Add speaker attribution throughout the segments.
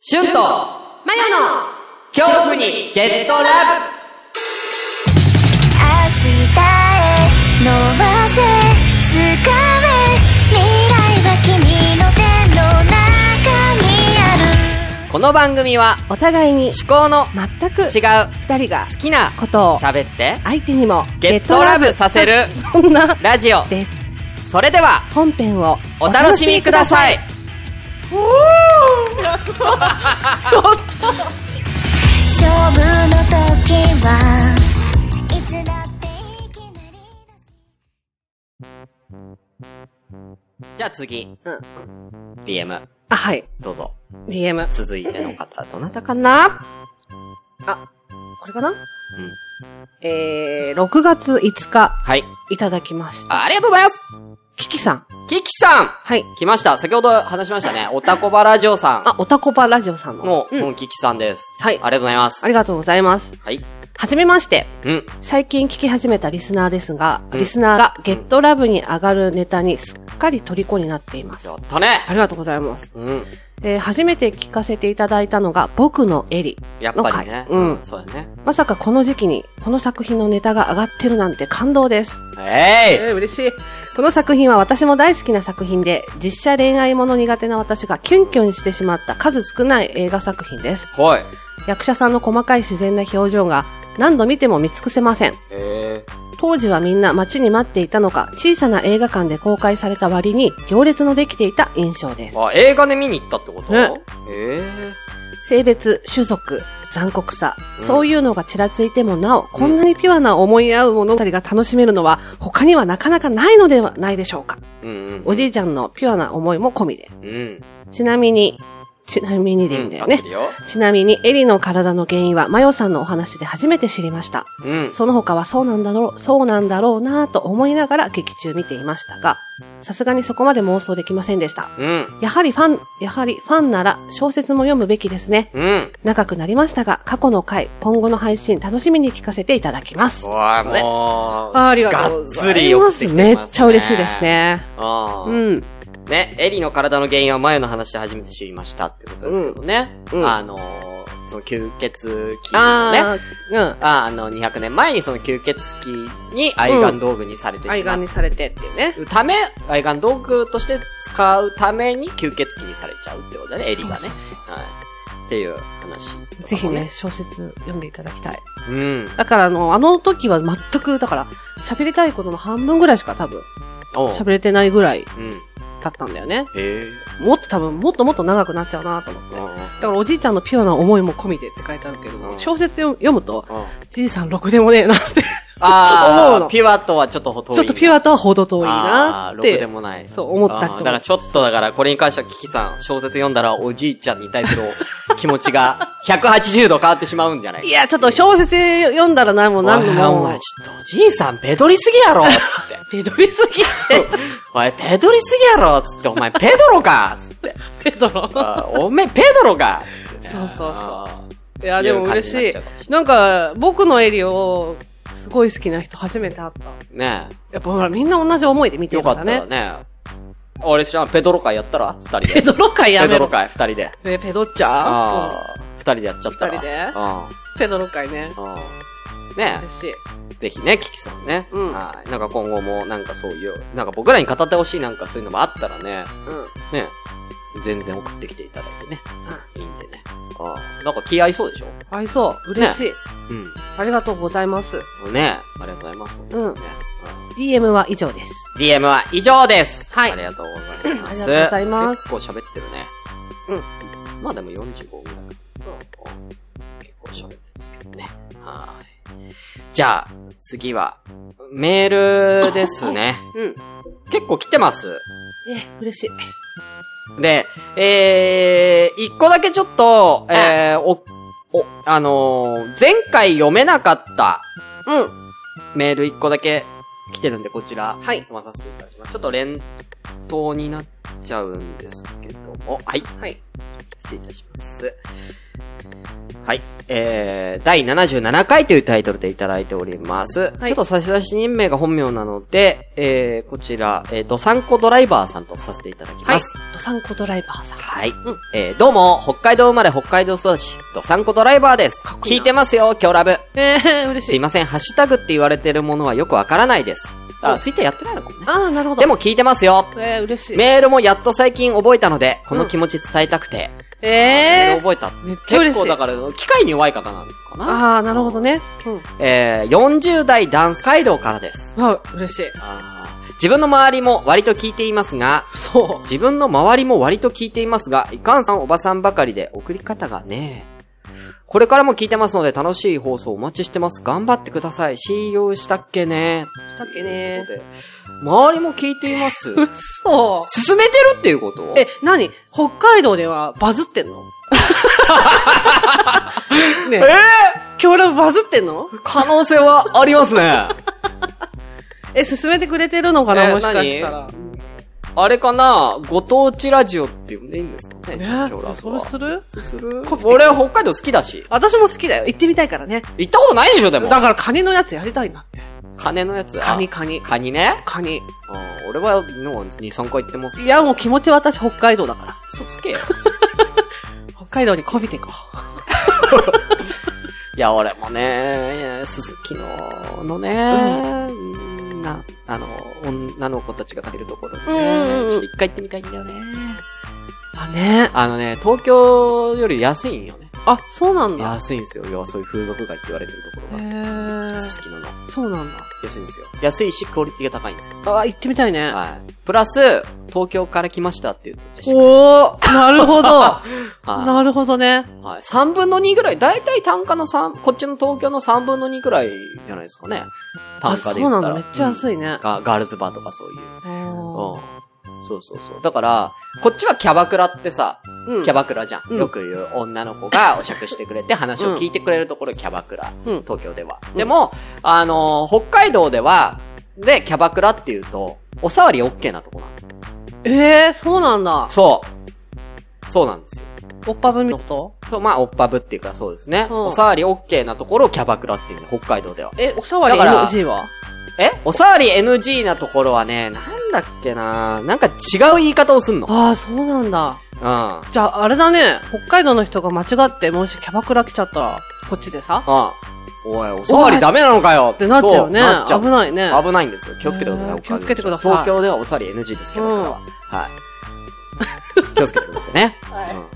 Speaker 1: シュンと
Speaker 2: マヨの
Speaker 1: 恐怖にゲットラブ
Speaker 3: 明日へ伸ばせ掴め未来は君の手の中にある
Speaker 1: この番組は
Speaker 2: お互いに
Speaker 1: 趣向の
Speaker 2: 全く
Speaker 1: 違
Speaker 2: 違う
Speaker 1: う
Speaker 2: 二人が
Speaker 1: 好きな
Speaker 2: ことを
Speaker 1: 喋って
Speaker 2: 相手にも
Speaker 1: ゲットラブさせる
Speaker 2: そんな
Speaker 1: ラジオ
Speaker 2: です
Speaker 1: それでは
Speaker 2: 本編を
Speaker 1: お楽しみください
Speaker 3: 勝負の時はいつだっていきなりだ
Speaker 1: じゃあ次、
Speaker 2: うん
Speaker 1: DM
Speaker 2: あはい
Speaker 1: どうぞ
Speaker 2: DM
Speaker 1: 続いての方どなたかな
Speaker 2: これかなうんえー、6月5日
Speaker 1: はい
Speaker 2: いただきました
Speaker 1: あありがとうございます
Speaker 2: キキさん
Speaker 1: キキさん
Speaker 2: はい
Speaker 1: 来ました先ほど話しましたねおたこばラジオさ
Speaker 2: あおたこばラジオさん
Speaker 1: んの
Speaker 2: の、
Speaker 1: うん
Speaker 2: うん、
Speaker 1: キキさんです
Speaker 2: はい
Speaker 1: ありがとうございます
Speaker 2: ありがとうございます
Speaker 1: はい
Speaker 2: はじめまして
Speaker 1: うん
Speaker 2: 最近聞き始めたリスナーですが、
Speaker 1: うん
Speaker 2: リスナーがゲットラブに上がるネタにすっかり虜になっています
Speaker 1: やったね
Speaker 2: ありがとうございます
Speaker 1: うん
Speaker 2: えー初めて聞かせていただいたのが、僕のエリ。
Speaker 1: やっぱりね
Speaker 2: の回うん
Speaker 1: そうだね
Speaker 2: まさかこの時期に、この作品のネタが上がってるなんて感動です。
Speaker 1: えい
Speaker 2: えー嬉しい。この作品は私も大好きな作品で、実写恋愛もの苦手な私がキュンキュンしてしまった数少ない映画作品です。
Speaker 1: はい。
Speaker 2: 役者さんの細かい自然な表情が、何度見ても見尽くせません。
Speaker 1: え
Speaker 2: 当時はみんな待ちに待っていたのか、小さな映画館で公開された割に、行列のできていた印象です。
Speaker 1: あ、映画で見に行ったってこと
Speaker 2: ね
Speaker 1: え
Speaker 2: 性別、種族、残酷さ、そういうのがちらついてもなお、こんなにピュアな思い合う物語が楽しめるのは、他にはなかなかないのではないでしょうか。
Speaker 1: えうんうん。
Speaker 2: おじいちゃんのピュアな思いも込みで。
Speaker 1: うん。
Speaker 2: ちなみに、ちなみにでいいんだよ
Speaker 1: 合っ
Speaker 2: ね
Speaker 1: て。るよ
Speaker 2: ちなみに、エリの体の原因は、マヨさんのお話で初めて知りました。
Speaker 1: うん。
Speaker 2: その他はそうなんだろう、そうなんだろうなぁと思いながら劇中見ていましたが、さすがにそこまで妄想できませんでした。
Speaker 1: うん。
Speaker 2: やはりファン、やはりファンなら小説も読むべきですね。
Speaker 1: うん。
Speaker 2: 長くなりましたが、過去の回、今後の配信、楽しみに聞かせていただきます。
Speaker 1: わあ、
Speaker 2: ね
Speaker 1: もう。
Speaker 2: あり
Speaker 1: がっつり送ってきてますね
Speaker 2: めっちゃ嬉しいですね。
Speaker 1: あ
Speaker 2: う
Speaker 1: ー
Speaker 2: ん。
Speaker 1: ね、エリの体の原因は前の話で初めて知りましたってことですけどね。
Speaker 2: うんうん
Speaker 1: あのー、その吸血鬼のね。
Speaker 2: ああ、うん。
Speaker 1: ああの、200年前にその吸血鬼に愛玩道具にされてしま
Speaker 2: 愛
Speaker 1: った
Speaker 2: 玩にされてっていうね。
Speaker 1: ため、愛玩道具として使うために吸血鬼にされちゃうってことだね、エリがね。はい。っていう話、
Speaker 2: ぜひね、。小説読んでいただきたい。
Speaker 1: うん。
Speaker 2: だからあの、あの時は全く、だから、喋りたいことの半分ぐらいしか多分、
Speaker 1: おう
Speaker 2: 喋れてないぐら
Speaker 1: う
Speaker 2: い
Speaker 1: ん。
Speaker 2: だったんだよね。
Speaker 1: へえ。
Speaker 2: もっと多分、もっともっと長くなっちゃうなと思って。
Speaker 1: うんうん
Speaker 2: だからおじいちゃんのピュアな思いも込みでって書いてあるけど
Speaker 1: う
Speaker 2: も、
Speaker 1: ん
Speaker 2: 小説読む読むと、
Speaker 1: うん
Speaker 2: じいさんろくでもねえなって。思う
Speaker 1: ああ
Speaker 2: の、
Speaker 1: ピュアとはちょっと遠い。
Speaker 2: ちょっとピュ
Speaker 1: ア
Speaker 2: アとはほど遠い
Speaker 1: あ
Speaker 2: な
Speaker 1: ー
Speaker 2: っ
Speaker 1: ろくで
Speaker 2: て。
Speaker 1: もない。
Speaker 2: そう思った
Speaker 1: あーだからちょっとだから、これに関してはキキさん、小説読んだらおじいちゃんに対する気持ち が180度変わってしまうんじゃない
Speaker 2: いや、ちょっと小説読んだら何も何度
Speaker 1: おいお
Speaker 2: も。
Speaker 1: 前、ちょっとおじいさん、べどりすぎやろつって。
Speaker 2: 手取りすぎて。
Speaker 1: お前、ペドリすぎやろつって、お前、ペドロかつって。
Speaker 2: ペ ドロ。そう
Speaker 1: あお前、ペドロかつって。
Speaker 2: そうそ
Speaker 1: あ
Speaker 2: う。いや、でも嬉し
Speaker 1: いう
Speaker 2: い
Speaker 1: 感じになっちゃうかもし。れ
Speaker 2: なんか、僕のエリを、すごい好きな人初めて会った。
Speaker 1: ーね
Speaker 2: やっぱほら、みんな同じ思いで見
Speaker 1: え。
Speaker 2: て
Speaker 1: よ
Speaker 2: る
Speaker 1: か
Speaker 2: か
Speaker 1: った
Speaker 2: ら
Speaker 1: ね
Speaker 2: ね。。
Speaker 1: 俺知らん、ペドロ会やったら二人で。
Speaker 2: ペドロ会や
Speaker 1: ペ
Speaker 2: め
Speaker 1: ドロ
Speaker 2: ろ。
Speaker 1: 会、二人で。
Speaker 2: え、ペドッチャ
Speaker 1: あ
Speaker 2: ー
Speaker 1: あ。二人でやっちゃったら。
Speaker 2: 二人で
Speaker 1: う
Speaker 2: ペドロ会ね。
Speaker 1: ん。うん。ね
Speaker 2: 嬉しい。
Speaker 1: え、ぜひね、キキさんね。
Speaker 2: うん
Speaker 1: はい。なんか今後も、なんかそういう、なんか僕らに語ってほしいなんかそういうのもあったらね、
Speaker 2: うん。
Speaker 1: ねえ、全然送ってきていただいてね。いいんでね。ああ。なんか気合いそうでしょ
Speaker 2: 愛そう。嬉しい。
Speaker 1: うん。
Speaker 2: ありがとうございます。
Speaker 1: ねありがとうございます。
Speaker 2: うん
Speaker 1: ね
Speaker 2: DM は以上です。
Speaker 1: DM は以上です。
Speaker 2: はい
Speaker 1: ありがとうございます。
Speaker 2: ありがとうございます
Speaker 1: 結構喋ってるね。うん。まあでも45ぐらい。結構喋ってますけどね。はーい。じゃあ、次は、メールですね。
Speaker 2: うん。
Speaker 1: 結構来てます。
Speaker 2: え、嬉しい。
Speaker 1: で、えー、一個だけちょっと、えー、お、お、あのー前回読めなかった
Speaker 2: うん。
Speaker 1: メール一個だけ来てるんで、こちら。
Speaker 2: はい
Speaker 1: 読まさせていただきます。ちょっと連当になっちゃうんですけども、はい、
Speaker 2: はい。
Speaker 1: 失礼いたします。はい。えー、第77回というタイトルでいただいております。
Speaker 2: い
Speaker 1: ちょっと差出人名が本名なので、えー、こちら、えー、ドサンコドライバーさんとさせていただき
Speaker 2: はい
Speaker 1: ます。。
Speaker 2: ドサンコドライバーさん。
Speaker 1: はい。
Speaker 2: うん
Speaker 1: えー、どうも、北海道生まれ北海道育ち、ドサンコドライバーです。
Speaker 2: っこ
Speaker 1: 聞
Speaker 2: いいない
Speaker 1: てますよ、今日ラブ。
Speaker 2: えー、嬉
Speaker 1: す
Speaker 2: し
Speaker 1: い
Speaker 2: い。
Speaker 1: ません、ハッシュタグって言われてるものはよくわからないです。
Speaker 2: お
Speaker 1: あ、ツイッターやってないのかもね。
Speaker 2: ああ、なるほど。
Speaker 1: でも、聞いてますよ。
Speaker 2: えー、嬉しい。
Speaker 1: メールもやっと最近覚えたので、この気持ち伝えたくて。メー
Speaker 2: え
Speaker 1: ル覚えた。
Speaker 2: ー、めっちゃ嬉
Speaker 1: 結
Speaker 2: しい。
Speaker 1: 構だから、機械に弱い方なのかな。
Speaker 2: ああ、なるほどね。うん。
Speaker 1: えー、40代男イ道からです。
Speaker 2: あ嬉しい。
Speaker 1: 自分の周りも割と聞いていますが、
Speaker 2: そう。
Speaker 1: 自分の周りも割と聞いていますが、いかんさんおばさんばかりで送り方がね。これからも聞いてますので楽しい放送お待ちしてます。頑張ってください。CEO したっけね。
Speaker 2: したっけね
Speaker 1: ということで周りも聞いています。
Speaker 2: 嘘。
Speaker 1: 進めてるっていうこと
Speaker 2: え、なに北海道ではバズ ってんのねえ。今日ラブバズってんの
Speaker 1: 可能性はありますね。
Speaker 2: え、進めてくれてるのかな、
Speaker 1: え
Speaker 2: もしかしたら。
Speaker 1: あれかなご当地ラジオって呼んでいいんですかね
Speaker 2: ね
Speaker 1: 今日ラ
Speaker 2: それする
Speaker 1: そうする
Speaker 2: コピー
Speaker 1: 俺北海道好きだし。
Speaker 2: 私も好きだよ。行ってみたいからね。
Speaker 1: 行ったことないでしょで
Speaker 2: だ
Speaker 1: も。
Speaker 2: からカニのやつやりたいなって。
Speaker 1: 金のやつ。
Speaker 2: カニ
Speaker 1: あ
Speaker 2: カニ。
Speaker 1: カニね。
Speaker 2: カニ。
Speaker 1: うん俺はもう2、3回行ってます。
Speaker 2: いや、もう気持ちは私北海道だから。
Speaker 1: 嘘つけよ。
Speaker 2: 北海道にこびていこ
Speaker 1: いや、俺もね、鈴木の、のね、な、あの、女の子たちが食べるところ
Speaker 2: うんうん
Speaker 1: ね
Speaker 2: うん、
Speaker 1: ちょっと一回行ってみたいんだよね。
Speaker 2: う。だね。
Speaker 1: あのね、東京より安いんよね。
Speaker 2: あ、そうなんだ。
Speaker 1: 安いんですよ。要はそういう風俗街って言われてるとこ
Speaker 2: へ
Speaker 1: ろが。
Speaker 2: ー。
Speaker 1: 鈴木のの。
Speaker 2: そうなんだ。
Speaker 1: 安いんですよ。安いし、クオリティが高いんですよ。
Speaker 2: あ、行ってみたいね。
Speaker 1: はい。プラス、東京から来ましたって言ってし
Speaker 2: おー、なるほど。
Speaker 1: は
Speaker 2: なるほどね。
Speaker 1: い。はい。3分の2ぐらい、だいたい単価の3、こっちの東京の3分の2ぐらいじゃないですかね。単
Speaker 2: あ、
Speaker 1: 価
Speaker 2: そう
Speaker 1: で言
Speaker 2: な
Speaker 1: っ
Speaker 2: ん
Speaker 1: た
Speaker 2: だ。
Speaker 1: ら。
Speaker 2: めっちゃ
Speaker 1: い。
Speaker 2: 安いね。
Speaker 1: ガガールズバーとかそういう。
Speaker 2: お
Speaker 1: う
Speaker 2: ー
Speaker 1: ん。そうそうそう。だから、こっちはキャバクラってさ、
Speaker 2: うん
Speaker 1: キャバクラじゃ
Speaker 2: うん
Speaker 1: ん。よく言う女の子がお酌してくれて話を聞いてくれるところキャバクラ。
Speaker 2: うん。
Speaker 1: 東京では
Speaker 2: う。ん
Speaker 1: でも、あのー北海道では、で、キャバクラっていうと、おさわり OK なとこなの。
Speaker 2: えー、そうなんだ。
Speaker 1: そう。そうなんですよ。
Speaker 2: おっぱぶみこと
Speaker 1: そう、まあ、おっぱぶっていうかそうですね。
Speaker 2: うん
Speaker 1: おさわり OK なところをキャバクラっていうね、北海道では。
Speaker 2: え、おさわり
Speaker 1: だから
Speaker 2: NG は
Speaker 1: えおさわり NG なところはね、なんだっけななんか違う言い方をすんの。
Speaker 2: ああ、そうなんだ。
Speaker 1: うん。
Speaker 2: じゃあ、あれだね。北海道の人が間違って、もしキャバクラ来ちゃったら、こっちでさ、
Speaker 1: あおい、おさわりダメなのかよっ
Speaker 2: ってなっちゃうよね。危
Speaker 1: い。
Speaker 2: ないね。
Speaker 1: 危ないんですよ。気をつけてくださ
Speaker 2: へ
Speaker 1: い。
Speaker 2: ー気をつけてください
Speaker 1: 東京ではおさわり NG ですけど、僕らは。はい。気をつけてくださいね。
Speaker 2: はいうん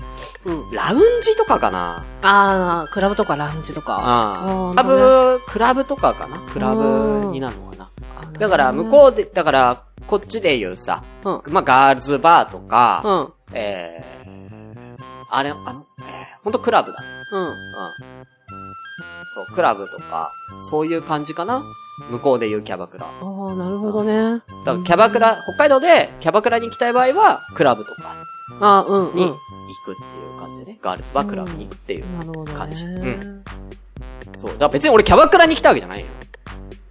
Speaker 1: うん。ラウンジとかかな
Speaker 2: ああ、クラブとかラウンジとか。
Speaker 1: あ
Speaker 2: あー
Speaker 1: あ。
Speaker 2: な
Speaker 1: 多
Speaker 2: るほ
Speaker 1: 分、クラブとかかなクラブになるのかなだから、向
Speaker 2: う。
Speaker 1: こうで、だから、こっちで言うさ、
Speaker 2: うん。
Speaker 1: まあ、ガールズバーと
Speaker 2: う
Speaker 1: か、
Speaker 2: ん。
Speaker 1: えー、あれ、あの、えー、ほんとクラブだ。
Speaker 2: うん。
Speaker 1: うん。そう、クラブとか、そういう感じかな向こうで言うキャバクラ。
Speaker 2: ああ、なるほどね。
Speaker 1: だから、キャバクラ、北海道でキャバクラに行きたい場合は、クラブとか
Speaker 2: ああ、うん、うん。
Speaker 1: に
Speaker 2: な
Speaker 1: 行くっ
Speaker 2: る
Speaker 1: ていう感じでね。ガールズバークラブに行くっていう。
Speaker 2: ほどね。
Speaker 1: 感じう
Speaker 2: うん
Speaker 1: ん。そう。だから別に俺キャバクラに来たわけじゃないよ。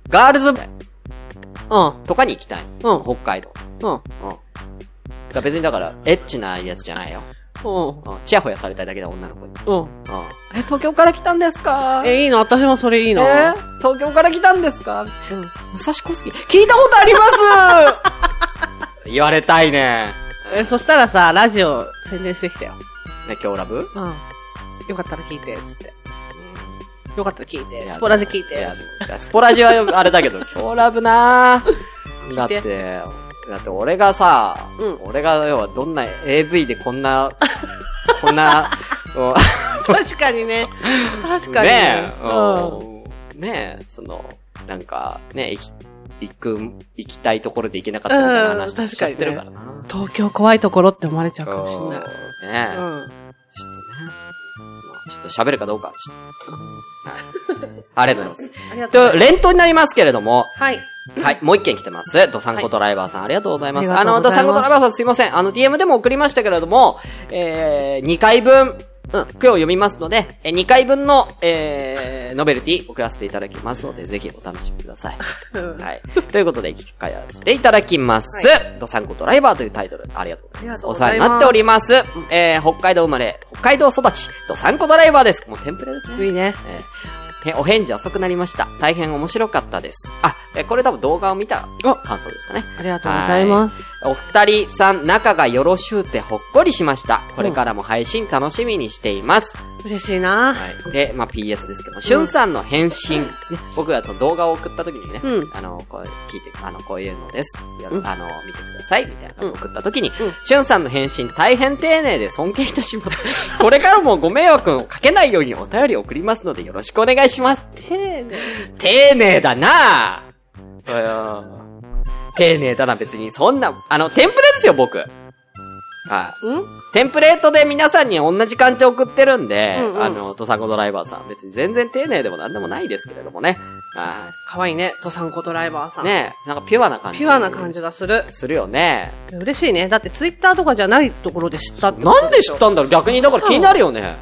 Speaker 1: ガールズ
Speaker 2: うん。
Speaker 1: とかに行きたい。
Speaker 2: うん
Speaker 1: 北海道。
Speaker 2: うん。
Speaker 1: うん。だから別にだから、エッチなやつじゃないよ。
Speaker 2: うん。
Speaker 1: うん。チヤホヤされたいだけだ、女の子に。うん。
Speaker 2: うん。
Speaker 1: え、東京から来たんですか
Speaker 2: え、いいの私もそれいい
Speaker 1: え
Speaker 2: の
Speaker 1: ー東京から来たんですか
Speaker 2: うん。
Speaker 1: 武蔵小杉聞いたことあります 言われたいね。
Speaker 2: え、そしたらさ、ラジオ宣伝してきたよ。
Speaker 1: ね、今日ラブ
Speaker 2: うん。よかったら聞いて、つって。よかったら聞いて、
Speaker 1: いや
Speaker 2: スポラジ聞い
Speaker 1: い
Speaker 2: て
Speaker 1: や。いやスポラジはあれだけど、 今日ラブなぁ。だってて、だって俺がさ、
Speaker 2: うん
Speaker 1: 俺が要はどんな AV でこんな、こん な、うん
Speaker 2: 確かに ね。確かに
Speaker 1: ね
Speaker 2: ね。
Speaker 1: え、
Speaker 2: うん。
Speaker 1: うんねえ、その、なんか、ね行き、行く、行きたいところで行けなかったみたいな話
Speaker 2: うん
Speaker 1: しちゃってるからな。
Speaker 2: 東京怖いところって思われちゃうかもし
Speaker 1: うんね
Speaker 2: れない。
Speaker 1: え、ちょっ
Speaker 2: う
Speaker 1: とね、
Speaker 2: ん。
Speaker 1: まあちょっと喋るかどうか、ちょっと。はいありがとうござい
Speaker 2: あり がとうご
Speaker 1: ます。と、
Speaker 2: ざいます。
Speaker 1: 連投になりますけれども、
Speaker 2: はい。
Speaker 1: はい、もう一件来てます。ドサンコドライバーさん、ありがとうございます。
Speaker 2: あ
Speaker 1: あ
Speaker 2: りがと
Speaker 1: の、
Speaker 2: うご
Speaker 1: ド
Speaker 2: ざいます
Speaker 1: サンコドライバーさんすいません。あの、DM でも送りましたけれども、えー、2回分、
Speaker 2: うん
Speaker 1: 句を読みますので、え2回分の、えー、ノベルティ送らせていただきますので、ぜひお楽しみくださ い。はい。ということで、聞かせていただきます。ドサンコドライバーというタイトル、ありがとうございます。
Speaker 2: ありがとう
Speaker 1: お
Speaker 2: ご
Speaker 1: 世話
Speaker 2: ざい
Speaker 1: に
Speaker 2: ます
Speaker 1: なっております。えー、北海道生まれ、北海道育ち、ドサンコドライバーです。もうテンプレですね。
Speaker 2: いいね。
Speaker 1: えーお返事遅くなりました。大変面白かったです。あ、えーこれ多分動画を見た
Speaker 2: お
Speaker 1: 感想ですかね。
Speaker 2: ありがとうございます。
Speaker 1: はい。お二人さん仲がよろしゅうてほっこりしました。これからも配信楽しみにしています。
Speaker 2: 嬉しい
Speaker 1: は
Speaker 2: な。
Speaker 1: い。で、まあ、PS ですけども、しゅんさんの返信、ね、僕がその動画を送った時にね、
Speaker 2: うん
Speaker 1: あの、こう、聞いて、あの、こういうのです。よ
Speaker 2: うん
Speaker 1: あの、見てください。みたいなのを送った時に、
Speaker 2: ん
Speaker 1: しゅんさんの返信大変丁寧で尊敬いたします。これからもご迷惑をかけないようにお便りを送りますのでよろしくお願いします。
Speaker 2: 丁寧。
Speaker 1: 丁寧だなぁ。丁寧だな、別に。そんな、あの、テンプレですよ、僕。はい。
Speaker 2: うん
Speaker 1: テンプレートで皆さんに同じ感じを送ってるんで、
Speaker 2: うんうん
Speaker 1: あの、トサコドライバーさん、別に全然丁寧でもなんでもないですけれどもね。は
Speaker 2: かわいいね。とさんこドライバーさ
Speaker 1: い。
Speaker 2: ん。。
Speaker 1: ねえなんかピュアな感じ。
Speaker 2: ピュアな感。じがする。
Speaker 1: するよね。
Speaker 2: 嬉しいね。だってツイッターとかじゃないところで知ったってこと
Speaker 1: なんで知ったんだろう逆に、だから気になるよね。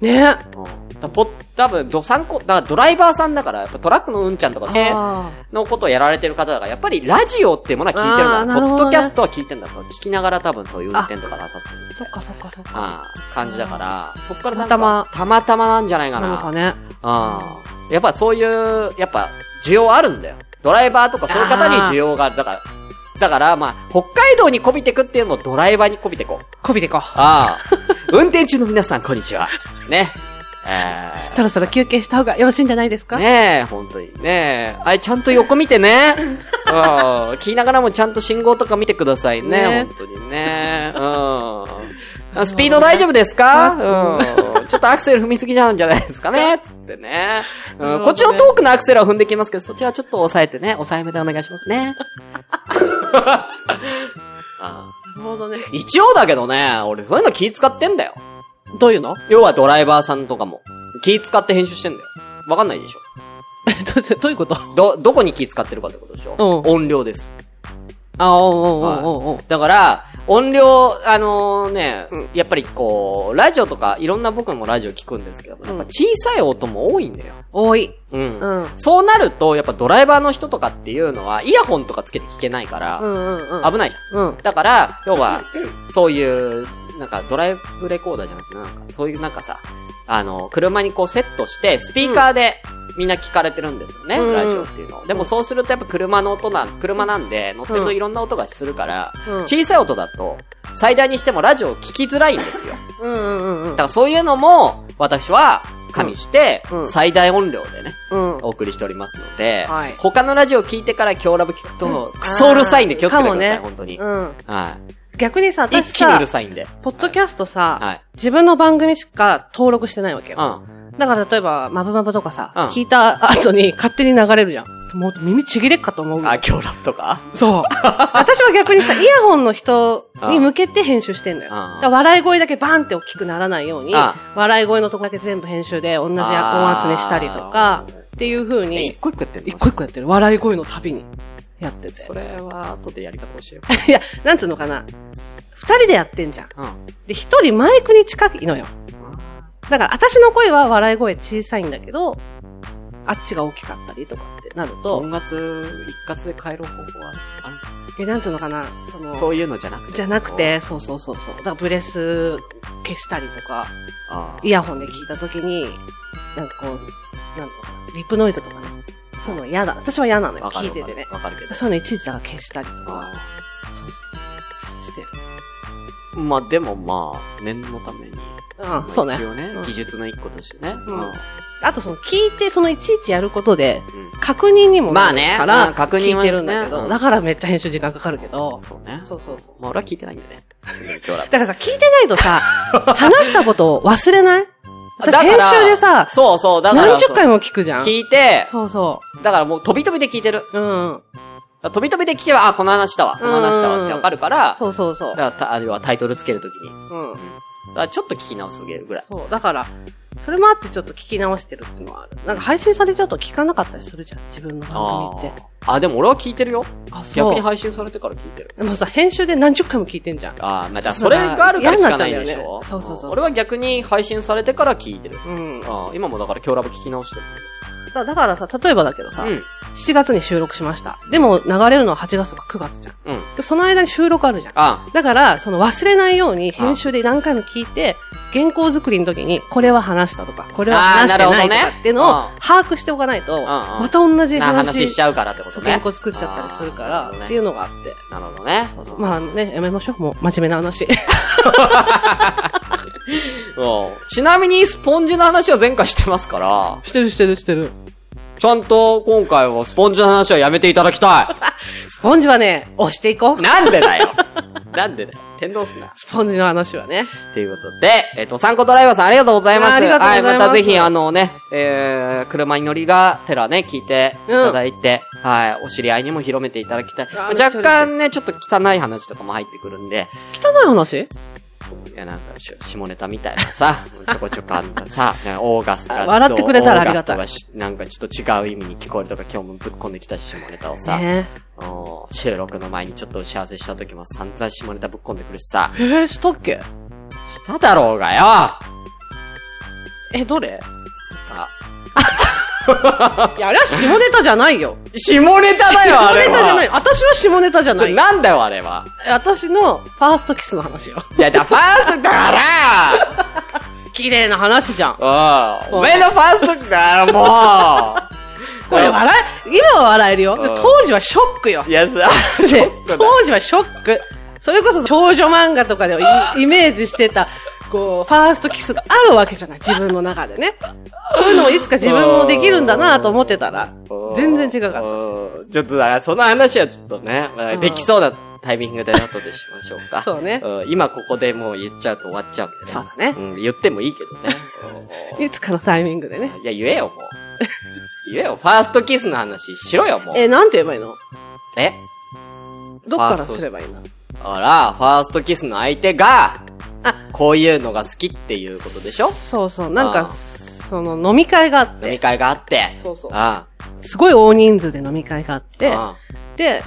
Speaker 2: ね。
Speaker 1: うん。だからぽ、多分、ドサンコ、だからドライバーさんだから、やっぱトラックのうんちゃんとかね、
Speaker 2: あ
Speaker 1: のことをやられてる方だから、やっぱりラジオっていうものは聞いてる
Speaker 2: あー
Speaker 1: んだろ
Speaker 2: なる
Speaker 1: う。
Speaker 2: ほど
Speaker 1: ポ
Speaker 2: ね
Speaker 1: ッドキャストは聞いてんだろう。聞きながら多分そういう運転とかなさってるん
Speaker 2: ー
Speaker 1: で
Speaker 2: そっかそっかそっか。
Speaker 1: ああ、感じだから、そっからなんか、
Speaker 2: たま
Speaker 1: たまたまなんじゃないかな。
Speaker 2: なんかね。
Speaker 1: ああ。やっぱそういう、やっぱ、需要あるんだよ。ドライバーとかそういう方に需要がある。だから、だから、まあ、北海道にこびてくっていうのもドライバーにこびてこう。
Speaker 2: こびてこう。
Speaker 1: ああ。 運転中の皆さん、こんにちは。ね。え
Speaker 2: そろそろ休憩した方がよろしいんじゃないです
Speaker 1: ー、
Speaker 2: か
Speaker 1: ねえ、本当に。ねえ。あれ、ちゃんと横見て ね。うん。聞きながらもちゃんと信号とか見てくださいね。
Speaker 2: ね
Speaker 1: 本当にね。 うんあ。スピード大丈夫ですかうん。ちょっとアクセル踏みすぎちゃうんじゃないですかね。つってね。うん。こっちのトークのアクセルは踏んできますけど、そっちはちょっと抑えてね。抑えめでお願いします ね。あ
Speaker 2: なるほどね。
Speaker 1: 一応だけどね、俺そういうの気使ってんだよ。
Speaker 2: どういうの
Speaker 1: 要はドライバーさんとかも、気使って編集してんだよ。わかんないでしょ。
Speaker 2: どうどういうこと
Speaker 1: ど、どこに気使ってるかってことでしょ
Speaker 2: う
Speaker 1: 音量です。
Speaker 2: あ、おうおうおうおうおう。
Speaker 1: だから、音量、あのね、
Speaker 2: うん
Speaker 1: やっぱりこう、ラジオとか、いろんな僕もラジオ聞くんですけども、やっぱ小さい音も多いんだよ。
Speaker 2: 多い。
Speaker 1: うん。
Speaker 2: うん
Speaker 1: そうなると、やっぱドライバーの人とかっていうのは、イヤホンとかつけて聞けないか
Speaker 2: う
Speaker 1: ら、
Speaker 2: んうんうん。
Speaker 1: 危ないじゃん。
Speaker 2: うん。
Speaker 1: だから、要は、そういう、なんかドライブレコーダーじゃなくて、なんか、そういうなんかさ、あの、車にこうセットして、スピーカーで、みんな聞かれてるんですよね、
Speaker 2: うん
Speaker 1: ラジオっていうの。でもそうするとやっぱ車の音なん、車なんで、乗ってるといろんな音がするから、
Speaker 2: うん
Speaker 1: 小さい音だと、最大にしてもラジオを聞きづらいんですよ。
Speaker 2: うんうんうんうん
Speaker 1: だ。からそういうのも、私は、加味して
Speaker 2: う、ん
Speaker 1: 最大音量でね、
Speaker 2: うん。
Speaker 1: お送りしておりますので、
Speaker 2: はい
Speaker 1: 他のラジオ聞いてから今日ラブ聞くと、クソうるさいんで気をつけてください、
Speaker 2: かもね
Speaker 1: 本当に。
Speaker 2: うん。
Speaker 1: はい。
Speaker 2: 逆にさ、私
Speaker 1: 一気にう
Speaker 2: さ
Speaker 1: る、さいんで。
Speaker 2: ポッドキャストさ、
Speaker 1: はい
Speaker 2: 自分の番組しか登録してないわけよ。
Speaker 1: うん。
Speaker 2: だから例えば、マブマブとかさ、
Speaker 1: うん
Speaker 2: 聞いた後に勝手に流れるじゃん。もう耳ちぎれっかと思う。
Speaker 1: あ、今日ラブとか
Speaker 2: そう。私は逆にさ、イヤホンの人に向けて編集してんのよ。
Speaker 1: うん
Speaker 2: だから笑い声だけバンって大きくならないように、
Speaker 1: うん
Speaker 2: 笑い声のとこだけ全部編集で同じ音集めしたりと
Speaker 1: あ
Speaker 2: か
Speaker 1: ー、
Speaker 2: っていう風
Speaker 1: え、
Speaker 2: に
Speaker 1: 一、個一個やってんの
Speaker 2: 一個一個やってる。笑い声のたびにやってて。
Speaker 1: それは後でやり方教えよ
Speaker 2: いや、なんつうのかな。二人でやってんじゃん。
Speaker 1: う。うん。
Speaker 2: で、一人マイクに近いのよ。だから、私の声は笑い声小さいんだけど、あっちが大きかったりとかってなると、
Speaker 1: 音楽一括で変える方法はあるんです
Speaker 2: え、なんつうのかな、その、
Speaker 1: よそういうのじゃなくて。
Speaker 2: じゃなく。て、そうそうそうそう。だから、ブレス消したりとか、
Speaker 1: あー
Speaker 2: イヤホンで聞いたときに、なんかこう、なんとかな、リップノイズとかね。そういうの嫌だ。私は嫌なのよ。
Speaker 1: わか
Speaker 2: 聞い
Speaker 1: る
Speaker 2: て
Speaker 1: わか
Speaker 2: てね
Speaker 1: る。。わかるけど。
Speaker 2: そういうの一時だから消したりとか、
Speaker 1: あ
Speaker 2: そうそうそう。してる。
Speaker 1: ーまあでもまあ、念のために。
Speaker 2: うん
Speaker 1: ま、あ
Speaker 2: そうね
Speaker 1: 一。応ね
Speaker 2: う、ん
Speaker 1: 技術の一個としてね。
Speaker 2: う
Speaker 1: うんん。
Speaker 2: あとその聞いて、そのいちいちやることで、
Speaker 1: う
Speaker 2: 確認にもなる
Speaker 1: ま
Speaker 2: か
Speaker 1: あ
Speaker 2: ら、
Speaker 1: ねうん確認は
Speaker 2: 聞いてるんだけ
Speaker 1: ねう
Speaker 2: ど、
Speaker 1: ん
Speaker 2: だからめっちゃ編集時間かかるけど
Speaker 1: ん。、そうね。
Speaker 2: そうそうそう。
Speaker 1: まあ俺は聞いてないんだね。 今日ラ
Speaker 2: だからさ、聞いてないと さ、話したことを忘れない
Speaker 1: ブ。
Speaker 2: 私編集でさ、
Speaker 1: そうそう、だから。
Speaker 2: 何十回も聞くじゃん。
Speaker 1: 聞いて、
Speaker 2: そうそ
Speaker 1: だからもう飛び飛びで聞いてる。
Speaker 2: う。うん。
Speaker 1: 飛び飛びで聞けば、あ、この話だわ、この話だわってわかるから、
Speaker 2: そうそうそ
Speaker 1: だ
Speaker 2: う。
Speaker 1: からた、あるいはタイトルつけるときに、
Speaker 2: うん。
Speaker 1: あちょっと聞き直すぐらい。
Speaker 2: そう。だから、それもあってちょっと聞き直してるっていうのはある。なんか配信されちゃうと聞かなかったりするじゃん、自分の番組って。
Speaker 1: あー。あ、でも俺は聞いてるよ。
Speaker 2: あ、そ
Speaker 1: 逆
Speaker 2: う。
Speaker 1: に配信されてから聞いてる。
Speaker 2: でもさ、編集で何十回も聞いてんじゃん。
Speaker 1: ああ、まあだからそれがあるから聞かないでし
Speaker 2: 嫌にな
Speaker 1: ょ
Speaker 2: っ。ちゃうんだよねそうそうそう
Speaker 1: 俺は逆に配信されてから聞いてる。
Speaker 2: うん。だ
Speaker 1: ああ、今もだから今日ラブ聞き直してる。
Speaker 2: だからさ、例えばだけどさ、
Speaker 1: うん。
Speaker 2: 7月に収録しました。でも流れるのは8月とか9月じゃん。
Speaker 1: うん。
Speaker 2: で、その間に収録あるじゃん。
Speaker 1: あ
Speaker 2: だから、その忘れないように編集で何回も聞いて、原稿作りの時に、これは話したとか、これは話してないと
Speaker 1: あーなるほど
Speaker 2: か
Speaker 1: ね
Speaker 2: っていうのを
Speaker 1: うん
Speaker 2: 把握しておかないと、
Speaker 1: ん
Speaker 2: また同じ
Speaker 1: あ、な話
Speaker 2: 話、
Speaker 1: しちゃうからってことね。
Speaker 2: 原稿作っちゃったりするから、
Speaker 1: あー
Speaker 2: っていうのがあって。
Speaker 1: なるほどね。なるほどね。
Speaker 2: まあね、やめましょう。もう、真面目な話。
Speaker 1: うんちなみに、スポンジの話は前回 してますから、
Speaker 2: してるしてるしてる。
Speaker 1: ちゃんと今回はスポンジの話はやめていただきた
Speaker 2: スポンジはね、押していこう
Speaker 1: い。。なんでだよ。 なんでだよ。天皇っすな。
Speaker 2: スポンジの話はね。
Speaker 1: ということで、えっ、と、参考ドライバーさんありがとうございます。
Speaker 2: あありがとうございます
Speaker 1: はまたぜひ、あのね、えー、車に乗りがてらね、聞いていただいて、はい、お知り合いにも広めていただきたい。まあ
Speaker 2: めっちゃ嬉しい
Speaker 1: 若干ね、ちょっと汚い話とかも入ってくるんで、
Speaker 2: 汚い話
Speaker 1: いや、なんかし、下ネタみたいな さ、ちょこちょこあんたさ、ねオーガストが、
Speaker 2: あ笑ってくれたらありがたい
Speaker 1: オーガストがしなんかちょっと違う意味に聞こえるとか、今日もぶっ込んできたし、下ネタをさ、
Speaker 2: ね
Speaker 1: おー収録の前にちょっと打ち合わせした時も散々下ネタぶっ込んでくるしさ、
Speaker 2: え。えー、したっけ
Speaker 1: しただろうがよ
Speaker 2: え、どれ
Speaker 1: すか。
Speaker 2: いや、あれは下ネタじゃないよ。
Speaker 1: 下ネタだよ、あ
Speaker 2: 下ネ
Speaker 1: れは
Speaker 2: タじゃない。私は下ネタじゃ
Speaker 1: ち
Speaker 2: な
Speaker 1: ょ
Speaker 2: い。
Speaker 1: なんだよ、あれは。
Speaker 2: え私のファーストキスの話よ。
Speaker 1: いや、だ、ファーストだから
Speaker 2: 綺麗な話じゃん。
Speaker 1: おうおめえのファーストだよ、もう
Speaker 2: これ笑え、今は笑えるよ。
Speaker 1: うん
Speaker 2: 当時はショックよ。
Speaker 1: いや、さ、
Speaker 2: ね当時はショック。それこそ少女漫画とかでイイメージしてた、こう、ファーストキスがあるわけじゃない。自分の中でね。そういうのをいつか自分もできるんだなと思ってたら、全然違かった。
Speaker 1: った。ちょっと、だからその話はちょっとね、まあ
Speaker 2: うん
Speaker 1: できそうなタイミングで後でしましょうか。
Speaker 2: そうね
Speaker 1: ん今ここでもう言っちゃうと終わっちゃうんでね。
Speaker 2: そうだね
Speaker 1: うん、言ってもいいけどね。うん
Speaker 2: いつかのタイミングでね。
Speaker 1: いや、言えよ、もう。言えよ、ファーストキスの話しろよ、もう。
Speaker 2: え、なんて言えばいいの
Speaker 1: え
Speaker 2: どっからすればいいの
Speaker 1: あら、ファーストキスの相手が、
Speaker 2: あ
Speaker 1: こういうのが好きっていうことでしょ
Speaker 2: そうそう。なん
Speaker 1: あ
Speaker 2: か、
Speaker 1: ー
Speaker 2: その飲み会があっ
Speaker 1: 飲み
Speaker 2: て、
Speaker 1: 会があって。
Speaker 2: そうそう
Speaker 1: あ
Speaker 2: すごい大人数で飲み会があっ
Speaker 1: あ。
Speaker 2: て、
Speaker 1: ああ
Speaker 2: で、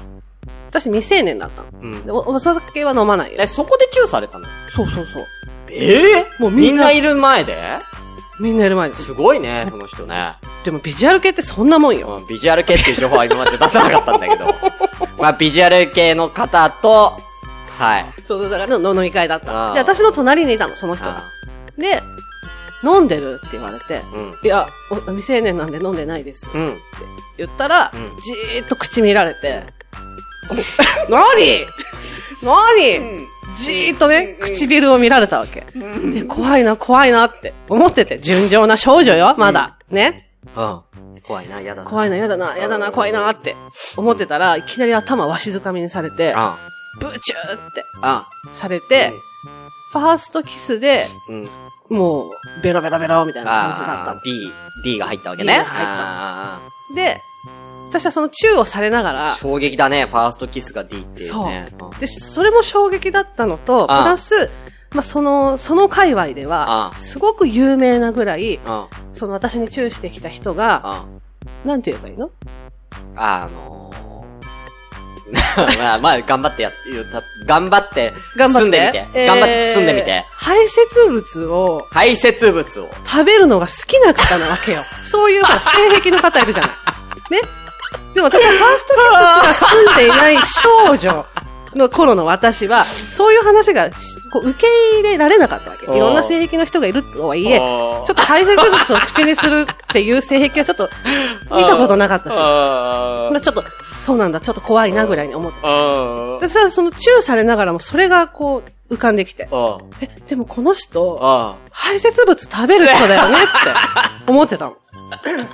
Speaker 2: 私未成年だったの。
Speaker 1: うん
Speaker 2: で。おお酒は飲まないよ
Speaker 1: え、。そこでチューされたの
Speaker 2: そうそうそう。
Speaker 1: ええ
Speaker 2: もう
Speaker 1: み
Speaker 2: み
Speaker 1: ん
Speaker 2: ん
Speaker 1: な
Speaker 2: ない
Speaker 1: る前で
Speaker 2: みんなやる前です。
Speaker 1: すごい ね、その人ね。
Speaker 2: でもビジュアル系ってそんなもんよ。
Speaker 1: うん、ビジュアル系っていう情報は今まで出さなかったんだけ ど。まあ、ビジュアル系の方と、はい。
Speaker 2: そうそう、だからの飲み会だった
Speaker 1: あー
Speaker 2: の。で、私の隣にいたの、その人
Speaker 1: あ
Speaker 2: が。で、飲んでるって言われて、
Speaker 1: うん。
Speaker 2: いや、お未成年なんで飲んでないです。
Speaker 1: うん。
Speaker 2: 言ったら、
Speaker 1: うん
Speaker 2: じーっと口見られて、 なになにじーっとね、唇を見られたわけ。で、怖いな、怖いなって思ってて、純情な少女よ、まだ。ね。
Speaker 1: うん。怖いな、嫌だな。
Speaker 2: 怖いな、やだな、やだな、怖いなって思ってたら、いきなり頭わしづかみにされて、
Speaker 1: あ
Speaker 2: ブチューって
Speaker 1: あ。あ
Speaker 2: されて、ファーストキスで、
Speaker 1: あ。うん。
Speaker 2: もう、ベロベロベロみたいな感じだった
Speaker 1: あ
Speaker 2: の
Speaker 1: あ。。D、D が入ったわけ
Speaker 2: D
Speaker 1: ね。
Speaker 2: が入った
Speaker 1: ああ
Speaker 2: で、私はそのチューをされながら、
Speaker 1: 衝撃だね、ファーストキスが D っていうね。うん
Speaker 2: で、それも衝撃だったのと、プ
Speaker 1: ああ
Speaker 2: ラス、まあ、その、その界隈で
Speaker 1: あ
Speaker 2: は
Speaker 1: あ、
Speaker 2: すごく有名なぐらい、
Speaker 1: うん。
Speaker 2: その私にチューしてきた人が、
Speaker 1: うん。
Speaker 2: なんて言えばいいの
Speaker 1: あのー、 まあ、まあ、頑張ってやっ、頑張って、
Speaker 2: 頑張って。
Speaker 1: 包んでみて。
Speaker 2: えー
Speaker 1: 頑張って包んでみて。
Speaker 2: 排泄物を
Speaker 1: 排泄物を。
Speaker 2: 食べるのが好きな方なわけよ。そういうほら性癖の方いるじ ゃない。ね。でも私はファーストキスしか住んでいない少女の頃の私は、そういう話がしこう受け入れられなかったわけ。いろんな性癖の人がいるとはいえ、ちょっと排泄物を口にするっていう性癖はちょっと見たことなかったし、まあちょっと、そうなんだ、ちょっと怖いなぐらいに思ってた。で、それはそのチューされながらもそれがこう浮かんできて、え、でもこの人、
Speaker 1: あ
Speaker 2: 排泄物食べる人だよねって思ってたの。でも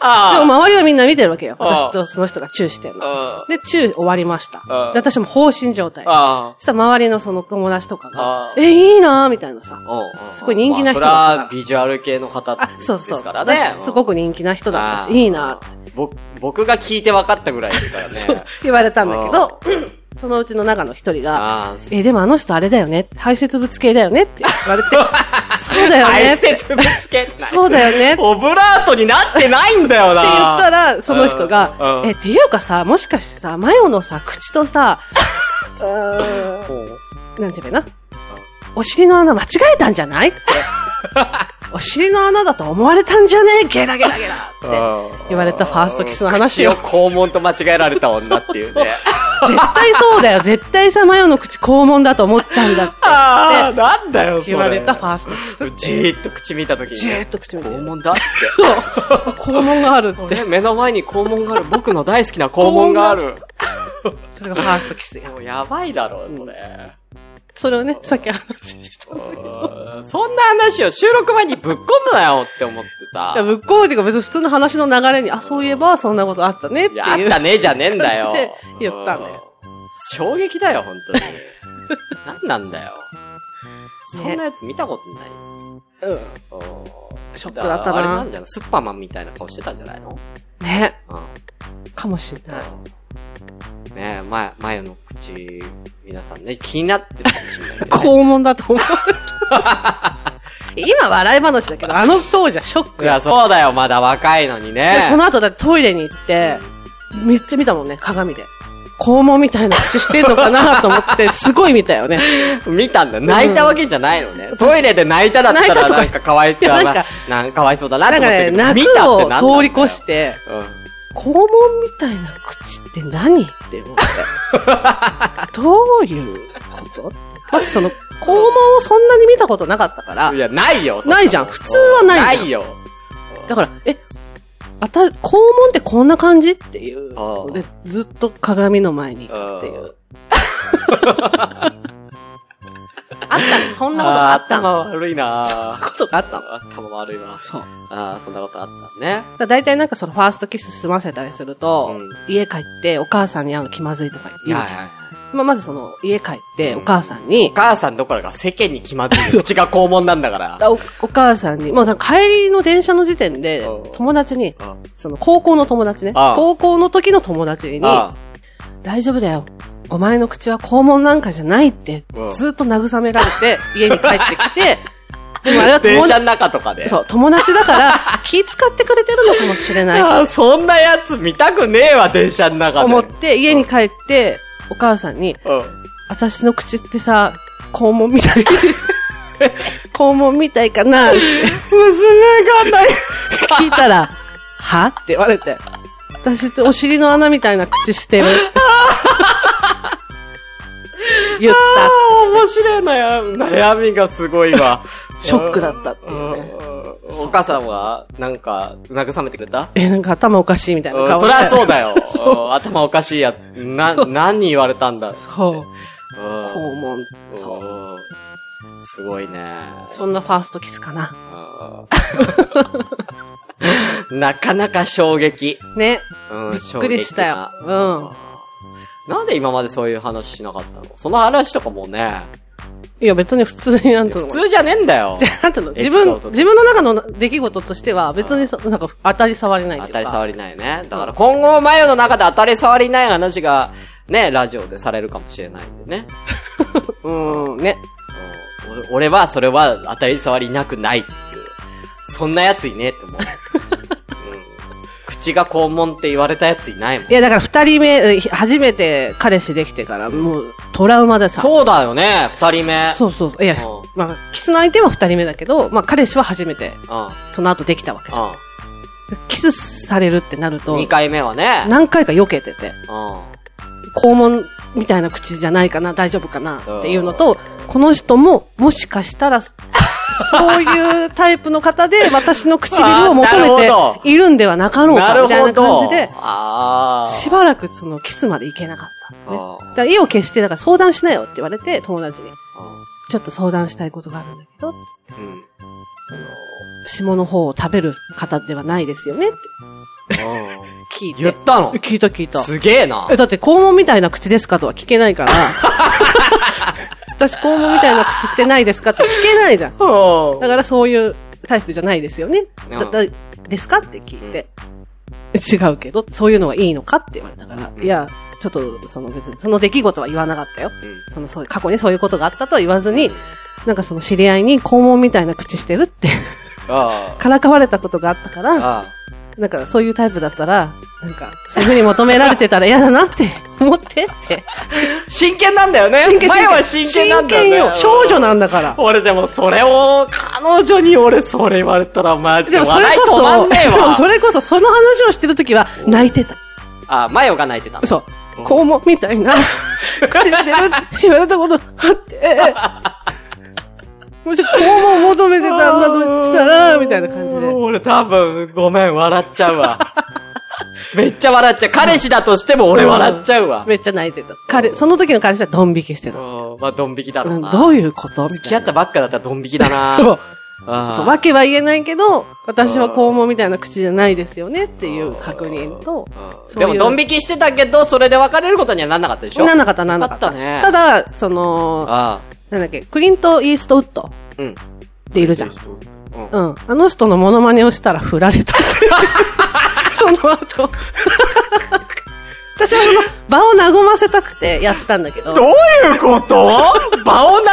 Speaker 1: あ。
Speaker 2: 周りはみんな見てるわけよ。
Speaker 1: あ
Speaker 2: 私とその人がチューしてるの。
Speaker 1: あ
Speaker 2: で、チュー終わりました
Speaker 1: あ。
Speaker 2: で、私も放心状態。そ
Speaker 1: あ。
Speaker 2: したら周りのその友達とか
Speaker 1: あ
Speaker 2: が、え、いいなーみたいなさ。すごい人気な人だから
Speaker 1: まあそれはビジュアル系の方
Speaker 2: あ、そう
Speaker 1: で
Speaker 2: そう。
Speaker 1: すからね。
Speaker 2: 私すごく人気な人だったし、いいなーって
Speaker 1: 僕、僕が聞いて分かったぐらいですからね。
Speaker 2: 言われたんだけど、そのうちの中の一人が、
Speaker 1: ああ、そう
Speaker 2: え、でもあの人あれだよね。排泄物系だよねって 言われて、そうだよね
Speaker 1: 排
Speaker 2: って。って
Speaker 1: 泄物系ってない
Speaker 2: そうだよねって
Speaker 1: オブラートになってないんだよ
Speaker 2: 言
Speaker 1: な。
Speaker 2: ったら、その人が
Speaker 1: う、ん
Speaker 2: え、っていうかさ、もしかしてさ、マヨのさ、口とさ、 うーんなんて言うかな。お尻の穴間違えたんじ ゃないって。お尻の穴だと思われたんじゃねえゲラゲラゲラって。言われたファーストキスの話を
Speaker 1: 口を肛門と間違えられた女っていうね。
Speaker 2: そうそう絶対そうだよ。絶対さ、マヨの口肛門だと思ったんだって
Speaker 1: ああ、なんだよ、それ。
Speaker 2: 言われたファーストキスっていう。
Speaker 1: じーっと口見たときに、
Speaker 2: じーっと口見て
Speaker 1: 肛門だって。
Speaker 2: そう。肛門がある って。
Speaker 1: 俺目の前に肛門がある。僕の大好きな肛門がある。
Speaker 2: それがファーストキスや。
Speaker 1: もうやばいだろ、それ。
Speaker 2: それをね、さっき話した。
Speaker 1: うんそんな話を収録前にぶっ込むなよって思ってさ
Speaker 2: いや、。向こうっていうか別に普通の話の流れに、あ、そういえばそんなことあったねっ
Speaker 1: い
Speaker 2: ていう。
Speaker 1: や、あったねじゃねえんだよ
Speaker 2: 感じ。で 言ったんだよ
Speaker 1: うん。衝撃だよ、本当 に。何なんだよ。そんなやつ見たことない。
Speaker 2: うん。
Speaker 1: うん
Speaker 2: ショックだったな
Speaker 1: あれなんじゃないスッパーマンみたいな顔してたんじゃないの
Speaker 2: ね。
Speaker 1: うん。
Speaker 2: かもしんない。
Speaker 1: ねえ、前、前の口、皆さんね、気になってるかもしれ ないけどね、
Speaker 2: 肛門 だと思う。今笑い話だけど、あの当時はショック
Speaker 1: いや、
Speaker 2: や。
Speaker 1: そうだよ、まだ若いのにね
Speaker 2: で。その後だってトイレに行って、めっちゃ見たもんね、鏡で。肛門みたいな口してんのかなと思って、すごい見たよね。
Speaker 1: 見たんだよ。泣いたわけじゃないのね。トイレで泣いただった
Speaker 2: 泣いた
Speaker 1: ら、
Speaker 2: とか
Speaker 1: なんかかわいそうだ
Speaker 2: いや
Speaker 1: な。
Speaker 2: なんか
Speaker 1: なんかかわいそうだな
Speaker 2: な
Speaker 1: と
Speaker 2: ん
Speaker 1: 思
Speaker 2: か
Speaker 1: って
Speaker 2: ね、
Speaker 1: るけど、
Speaker 2: 夏
Speaker 1: 見たってなんだよ
Speaker 2: を通り越し。て、
Speaker 1: うん。
Speaker 2: 肛門みたいな口って何って思って。どういうことまずその、肛門をそんなに見たことなかったから
Speaker 1: い、や、ないよ。そ
Speaker 2: ないじゃん普通はないじゃん
Speaker 1: ないよ。
Speaker 2: だから、え、あた、肛門ってこんな感じっていう
Speaker 1: ああ。
Speaker 2: で、ずっと鏡の前に行くってい
Speaker 1: あ
Speaker 2: う。あったね、そんなことがあったの。
Speaker 1: あー頭悪いな
Speaker 2: そん
Speaker 1: ぁ。
Speaker 2: なことがあったの。
Speaker 1: 頭悪いわ。
Speaker 2: そう。
Speaker 1: ああ、そんなことあったね。
Speaker 2: だ大体なんかそのファーストキス済ませたりすると、
Speaker 1: う
Speaker 2: 家帰ってお母さんに会うの気まずいとか言うじゃん。
Speaker 1: はいはい
Speaker 2: まあ、まずその、家帰ってお母さんに
Speaker 1: お、母さんどころか世間に決まって る。口が肛門なんだから。
Speaker 2: おお母さんに、もうなんか帰りの電車の時点で
Speaker 1: うん、
Speaker 2: 友達に、
Speaker 1: あ
Speaker 2: その高校の友達ね、
Speaker 1: ああ
Speaker 2: 高校の時の友達に、
Speaker 1: あ
Speaker 2: 大丈夫だよ。お前の口は肛門なんかじゃないって
Speaker 1: うん、
Speaker 2: ずっと慰められ て、家に帰ってきて、でもあれは
Speaker 1: 電
Speaker 2: 友
Speaker 1: 車
Speaker 2: 達、
Speaker 1: の中とかで。
Speaker 2: そう、友達だから、気使ってくれてるのかもしれない。
Speaker 1: あーそんなやつ見たくねえわ、電車の中で。
Speaker 2: 思って、家に帰って、お母さんに、
Speaker 1: うん。
Speaker 2: 私の口ってさ、肛門み たい。 肛門みたいかなって
Speaker 1: 娘が ない。
Speaker 2: 聞いたら、はって言われて。私ってお尻の穴みたいな口して る。言っ
Speaker 1: ああ、面白い悩み悩みがすごいわ。
Speaker 2: た。 ショックだったって
Speaker 1: う
Speaker 2: いう、
Speaker 1: ん
Speaker 2: ね。
Speaker 1: お母さんは、なんか、慰めてくれた
Speaker 2: え、なんか頭おかしいみたいな
Speaker 1: うん
Speaker 2: 顔
Speaker 1: そ
Speaker 2: で
Speaker 1: りゃそうだ よ。うん頭おかしいやつ。な、何言われたんだ。
Speaker 2: そう。
Speaker 1: うん
Speaker 2: 肛門。そう。
Speaker 1: うんすごいね。
Speaker 2: そんなファーストキスかな。
Speaker 1: うんなかなか衝撃。
Speaker 2: ね。
Speaker 1: うん
Speaker 2: びっくりしたよ。
Speaker 1: 衝撃
Speaker 2: う
Speaker 1: だ
Speaker 2: ん。
Speaker 1: なんで今までそういう話しなかったのその話とかもね、
Speaker 2: いや、別に普通になんと
Speaker 1: 普
Speaker 2: も。
Speaker 1: 通じゃねえんだよ
Speaker 2: じ。ゃあ、なんていうの
Speaker 1: エピ
Speaker 2: 自
Speaker 1: ソ
Speaker 2: 分
Speaker 1: ード、
Speaker 2: 自分の中の出来事としては、別にそ、なんか、当たり障りないと
Speaker 1: 当
Speaker 2: いう
Speaker 1: たり
Speaker 2: か。
Speaker 1: 障りないよね。だから今後、マヨの中で当たり障りない話が、ね、ラジオでされるかもしれないんでね。
Speaker 2: うん、ね。
Speaker 1: うん俺俺はそれは当たり障りなくないっていう。そんなやついねえって思う。うん口が肛門って言われたやついないもん
Speaker 2: い。や、だから二人目、え初めて彼氏できてから、もう、トラウマでさ。
Speaker 1: そうだよね、二人目。
Speaker 2: そうそうそう。いや
Speaker 1: うん、
Speaker 2: まあ、キスの相手は二人目だけど、まあ、彼氏は初めて、
Speaker 1: うん。うん。
Speaker 2: その後できたわけじゃん。キスされるってなると
Speaker 1: 二、回目はね。
Speaker 2: 何回か避けてて、
Speaker 1: うん。
Speaker 2: 肛門みたいな口じゃないかな、大丈夫かな、っていうのと、この人も、もしかしたら、そういうタイプの 方で、私の唇を求
Speaker 1: あーなるほ
Speaker 2: めているんではなかろうか、みたいな感じで、
Speaker 1: ああ。
Speaker 2: しばらくそのキスまでいけなかった、ね。
Speaker 1: あー
Speaker 2: だから意を決して、だから相談しなよって言われて、友達に。ちょっと相談したいことがあるんだけど、
Speaker 1: うん。
Speaker 2: 下の方を食べる方ではないですよねって聞いて。
Speaker 1: 言ったの
Speaker 2: 聞いた聞いた。
Speaker 1: すげえな
Speaker 2: え、。だって肛門みたいな口ですかとは聞けな いから。私肛門みたいな口してないですかって聞けないじゃん。だからそういうタイプじゃないですよね。だだですかって聞いて。違うけど、そういうのはいいのかって言われたから、
Speaker 1: うん
Speaker 2: いや、ちょっと、その別に、その出来事は言わなかったよ。
Speaker 1: う
Speaker 2: その、そういう、過去にそういうことがあったとは言わず
Speaker 1: ん。
Speaker 2: に、なんかその知り合いに肛門みたいな口してるって、
Speaker 1: ああ。
Speaker 2: からかわれたことがあったから、
Speaker 1: あ
Speaker 2: なんかそういうタイプだったら、なんか、そういうふうに求められてたら嫌だなって思ってって。
Speaker 1: あ。真剣なんだよね。前は真剣なんだよ、ね。
Speaker 2: 真剣よ。少女なんだから。
Speaker 1: 俺でもそれを、彼女に俺それ言われたらマジで
Speaker 2: でもそれ
Speaker 1: 笑い
Speaker 2: こ
Speaker 1: 止ま
Speaker 2: そ、
Speaker 1: んねえ
Speaker 2: でも
Speaker 1: わ。
Speaker 2: それこそその話をしてるときは泣いてた。
Speaker 1: あ、マヨが泣いてた。
Speaker 2: そう。肛門みた いな、口してるって言われたことあって、もし肛門を求めてたんだとしたら、みたいな感じで。
Speaker 1: 俺多分、ごめん、笑っちゃう わ。めっちゃ笑っちゃう。彼氏だとしても俺笑っちゃうわ。
Speaker 2: めっちゃ泣いてた。彼、その時の彼氏はドン引きしてた。
Speaker 1: うんまあ、ドン引きだろ
Speaker 2: う
Speaker 1: うんな。
Speaker 2: どういうことみ
Speaker 1: 付
Speaker 2: た
Speaker 1: き合
Speaker 2: い
Speaker 1: っ
Speaker 2: な。
Speaker 1: たばっかだったらドン引きだ な。
Speaker 2: そう
Speaker 1: あー
Speaker 2: そうわけは言えないけど、私は肛門みたいな口じゃないですよねっていう確認と、
Speaker 1: うんでも、ドン引きしてたけど、それで別れることにはなんなかったでしょ
Speaker 2: なんなかった、なんなかった。
Speaker 1: よかったね
Speaker 2: ただ、その、
Speaker 1: あ
Speaker 2: なんだっけ、クリント・イーストウッド
Speaker 1: あ。うん。
Speaker 2: っているじゃん。
Speaker 1: うん
Speaker 2: うん。あの人のモノマネをしたら振られた。 その後。私はその場を和ませたくてやったんだけど。
Speaker 1: どういうこと場を投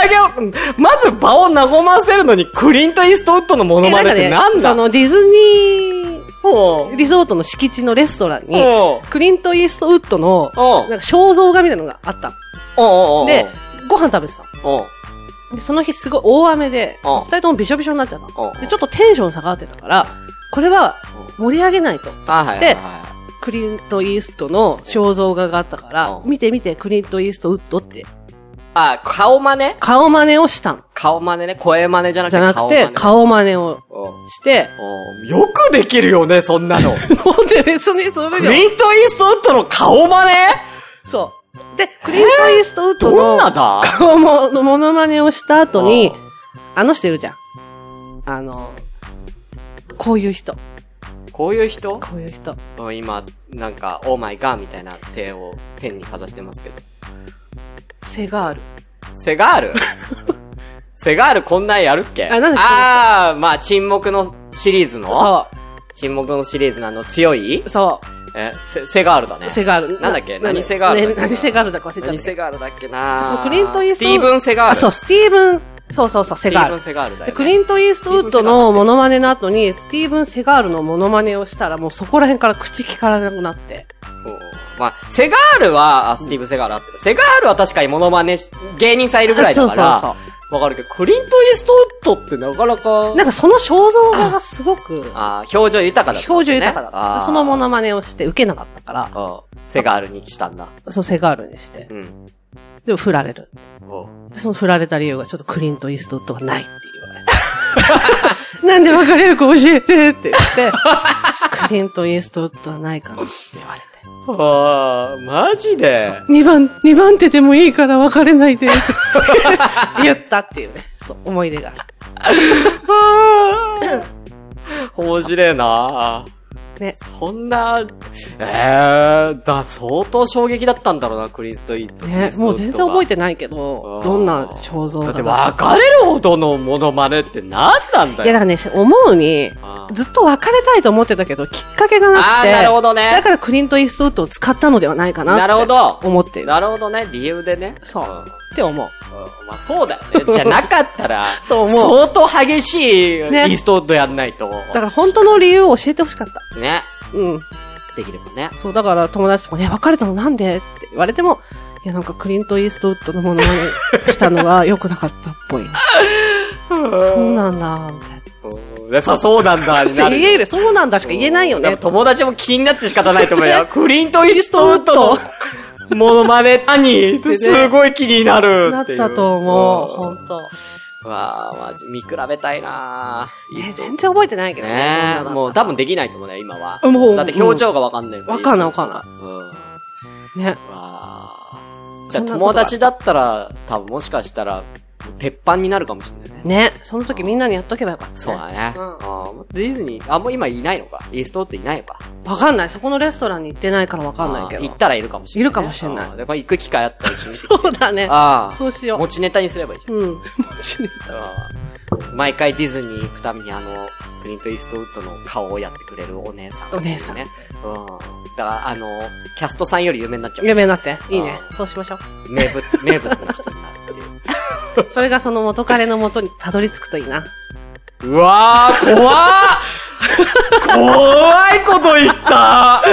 Speaker 1: げ、まず場を和ませるのにクリント・イーストウッドのモノマネってなんだ
Speaker 2: そのディズニ
Speaker 1: ほう
Speaker 2: ーリゾートの敷地のレストランに、
Speaker 1: おう
Speaker 2: クリント・イーストウッドの
Speaker 1: おう
Speaker 2: なんか肖像画みたいなのがあった
Speaker 1: おうおうお
Speaker 2: の。
Speaker 1: う
Speaker 2: で、ご飯食べてたの
Speaker 1: おう
Speaker 2: でその日すごい大雨で、
Speaker 1: おう
Speaker 2: 二人ともびしょびしょになっちゃった
Speaker 1: おう
Speaker 2: の。で、ちょっとテンション下がってたから、これは盛り上げないと。
Speaker 1: あはいはいはい
Speaker 2: でクリント・イーストの肖像画があったから
Speaker 1: う、ん
Speaker 2: 見て見て、クリント・イーストウッドって、
Speaker 1: あ、顔真似
Speaker 2: 顔真似をしたん。
Speaker 1: 顔真似ね。声真似じゃなくて。
Speaker 2: じゃなくて、
Speaker 1: 顔
Speaker 2: 顔真似を
Speaker 1: 真似。
Speaker 2: して、
Speaker 1: おうおうよくできるよね、そんなの。
Speaker 2: ほ んで別にそれ
Speaker 1: ク
Speaker 2: でも
Speaker 1: リント・イーストウッドの顔真似
Speaker 2: そう。で、クリント・イーストウッド
Speaker 1: どんな
Speaker 2: の
Speaker 1: だ
Speaker 2: 顔ものモノマネをした後に
Speaker 1: うん、
Speaker 2: あの人いるじゃん。あの、こういう人。
Speaker 1: こういう人
Speaker 2: こういう人。
Speaker 1: うん今、なんか、オーマイガーみたいな手をペンにかざしてますけど。
Speaker 2: セガール。
Speaker 1: セガ ールセガールこんなんやるっけ
Speaker 2: あなんだっけ
Speaker 1: あーまあ、沈黙のシリーズの
Speaker 2: そ。
Speaker 1: 沈黙のシリーズのあの強いう
Speaker 2: そ
Speaker 1: え、セセガールだね。
Speaker 2: う。セガール。
Speaker 1: なんだっけ何セガールだっ
Speaker 2: ね
Speaker 1: け
Speaker 2: 何セガールだか忘れちゃっ
Speaker 1: 何
Speaker 2: たけ
Speaker 1: セ
Speaker 2: ど。
Speaker 1: ガールだっけな
Speaker 2: そう、クリント・イース
Speaker 1: ス
Speaker 2: ト
Speaker 1: テ
Speaker 2: ウ
Speaker 1: ィ
Speaker 2: ッ
Speaker 1: ー
Speaker 2: ド。
Speaker 1: ブン・セガール。
Speaker 2: あ、そう、スティーブン、そうそうそう、
Speaker 1: ス
Speaker 2: セ
Speaker 1: ティ
Speaker 2: ガ
Speaker 1: ー
Speaker 2: ー
Speaker 1: ブ
Speaker 2: ル
Speaker 1: ン・。セガールだよ、
Speaker 2: で
Speaker 1: ね。
Speaker 2: クリント・イーストウッドのモノマネの後に、スティーブン・セガールのモノマネをしたら、もうそこら辺から口聞かれなくなって。
Speaker 1: おうまあ、セガールは、あ、スティーブン・セガールあってる。セガールは確かにモノマネし、芸人さんいるぐらいだから、
Speaker 2: あそう
Speaker 1: わ
Speaker 2: そう
Speaker 1: かるけど、クリント・イーストウッドってなかなか、
Speaker 2: なんかその肖像画がすごく、
Speaker 1: あー表情豊かだった、ね。
Speaker 2: 表情豊かだった。そのモノ
Speaker 1: マ
Speaker 2: マネをして受けなかったから、
Speaker 1: セガールにしたんだ。
Speaker 2: そう、セガールにして
Speaker 1: う。ん。
Speaker 2: でも振られる。
Speaker 1: おう
Speaker 2: でその振られた理由が、ちょっとクリント・イーストウッドはないって言われた。 なんで別れるか教えてって言って、クリント・イーストウッドはないかなって言われて。
Speaker 1: ああ、マジで。
Speaker 2: 二番、二番手でもいいから別れないで。 言ったっていうね。そう、思い出がある。
Speaker 1: あー面白いな
Speaker 2: ね。
Speaker 1: そんな、ええー、だ、相当衝撃だったんだろうな、クリンストイート。
Speaker 2: ね、もう全然覚え
Speaker 1: て
Speaker 2: てないけど、どんな肖像
Speaker 1: だっ
Speaker 2: 画
Speaker 1: て別れるほどのモノマネって何なんだ
Speaker 2: い
Speaker 1: よ。
Speaker 2: や、だからね、思うに
Speaker 1: あ、ー
Speaker 2: ずっと別れたいと思ってたけど、きっかけがなくて。
Speaker 1: あーなるほどね
Speaker 2: だからクリント・イーストウッドを使ったのではないかなって。
Speaker 1: なるほど
Speaker 2: 思ってる。
Speaker 1: なるほどね、理由でね。
Speaker 2: そ
Speaker 1: ん
Speaker 2: う。って思う。
Speaker 1: うんまあそうだよね。じゃなかったら、
Speaker 2: と思う
Speaker 1: 相当激しいイ
Speaker 2: ね
Speaker 1: ーストウッドやんないと。
Speaker 2: だから本当の理由を教えてほしかった。
Speaker 1: ね。
Speaker 2: うん。
Speaker 1: できればね。
Speaker 2: そう、だから友達とかね、別れたのなんでって言われても、いや、なんかクリント・イーストウッドのものにしたのが良くなかったっぽい。 そうなんだ、みたいな。
Speaker 1: そうでさ、そうなんだ、になるよ
Speaker 2: 言える、そうなんだしか言えないよ
Speaker 1: でも
Speaker 2: ね。
Speaker 1: 友達も気になって仕方ないと思う よ。クリント・イーストウッドの
Speaker 2: クリン
Speaker 1: モノマネ何すごい気になる
Speaker 2: な
Speaker 1: っ
Speaker 2: って
Speaker 1: いう。
Speaker 2: たと思う、ほん
Speaker 1: ん
Speaker 2: と。
Speaker 1: わあ、マジ、見比べたいなぁ。
Speaker 2: え、全然覚えてないけど
Speaker 1: ねえ、
Speaker 2: どんなのだったか
Speaker 1: もう多分できないと思うね、今は。
Speaker 2: もう
Speaker 1: だって表情がわかんないも
Speaker 2: わかんない
Speaker 1: い。
Speaker 2: わかんな
Speaker 1: うん。わ
Speaker 2: い。ね。
Speaker 1: あ。
Speaker 2: そんなことが
Speaker 1: 友達だったら、多分もしかしたら、鉄板になるかもしれないね。
Speaker 2: ね。その時みんなにやっとけばよかった、
Speaker 1: そうだね。
Speaker 2: う
Speaker 1: あ
Speaker 2: ん
Speaker 1: ーディズニー、あ、もう今いないのか。イーストウッドいないのか。
Speaker 2: わかんない。そこのレストランに行ってないからわかんないけ
Speaker 1: あ
Speaker 2: ど。
Speaker 1: ー行ったらいるかもしれない、
Speaker 2: いるかもしれない
Speaker 1: あーで、これ行く機会あったりし
Speaker 2: そうだね。
Speaker 1: あ
Speaker 2: そうし
Speaker 1: あ。
Speaker 2: よ
Speaker 1: 持ちネタにすればいいじ
Speaker 2: う。うん。
Speaker 1: ゃん。あ毎回ディズニー行くためにあの、クリント・イーストウッドの顔をやってくれるお姉さん、
Speaker 2: お姉さん
Speaker 1: ね。うん。だから、あの、キャストさんより有名になっちゃう。
Speaker 2: 有名になって。いいね
Speaker 1: う。
Speaker 2: そうしましょう。
Speaker 1: 名物、名物の人になるっていう。
Speaker 2: それがその元彼の元にたどり着くといいな。
Speaker 1: うわー、怖っ怖いこと言 った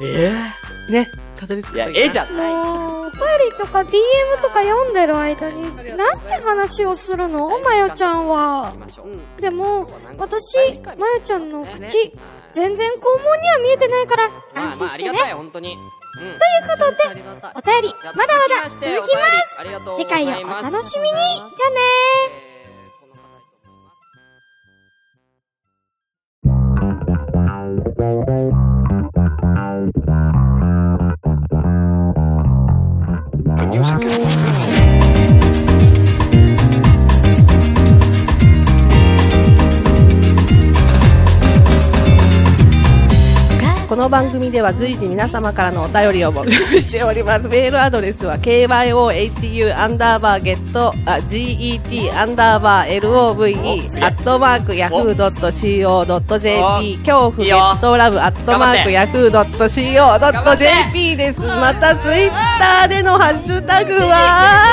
Speaker 1: え
Speaker 2: ね。たどり着く
Speaker 1: ー、い
Speaker 2: といい
Speaker 1: や、
Speaker 2: な。
Speaker 1: 絵じゃない。
Speaker 4: もう、お便りとか DM とか読んでる間に、なんて話をするのまよちゃんは
Speaker 1: 行き。ましょう
Speaker 2: うん。
Speaker 4: でも、私、まよちゃんの口、全然肛門には見えてないから、
Speaker 1: まあ
Speaker 4: 安
Speaker 1: まあ、
Speaker 4: 心
Speaker 1: あ
Speaker 4: し
Speaker 1: り
Speaker 4: て
Speaker 1: が
Speaker 4: ね。
Speaker 1: たい、本当に。うん。
Speaker 2: ありがたい
Speaker 4: お便り、まだまだ続きます。
Speaker 1: す
Speaker 4: 次回をお楽しみに。じゃあねー。
Speaker 2: この番組では随時皆様からのお便りを募集しております。メールアドレスは kyohu アンダーバーゲット、あ、get アンダーバー
Speaker 1: おすげ
Speaker 2: love
Speaker 1: え
Speaker 2: アットマーク yahoo.co.jp 恐怖
Speaker 1: いい
Speaker 2: ゲ
Speaker 1: よ
Speaker 2: ットラブアットマーク yahoo.co.jp です。またツイッターでのハッシュタグ は、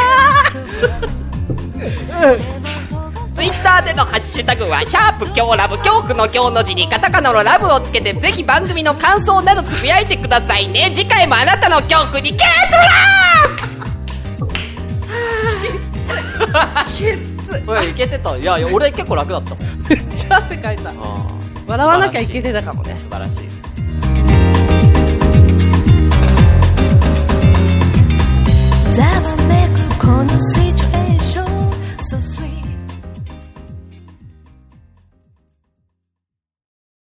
Speaker 5: ツイッターでのハッシュタグは、シャープ今日ラブ、恐怖の今日の字にカタカナのラブをつけて、ぜひ番組の感想などつぶやいてくださいね。次回もあなたの恐怖にゲットラブ
Speaker 1: おい、いけてた。いや、いや俺結構楽だったもん。
Speaker 2: めっちゃ汗かいた。笑わなきゃいけてたかもね。
Speaker 1: 素晴らしいです。
Speaker 3: ざわめくこの世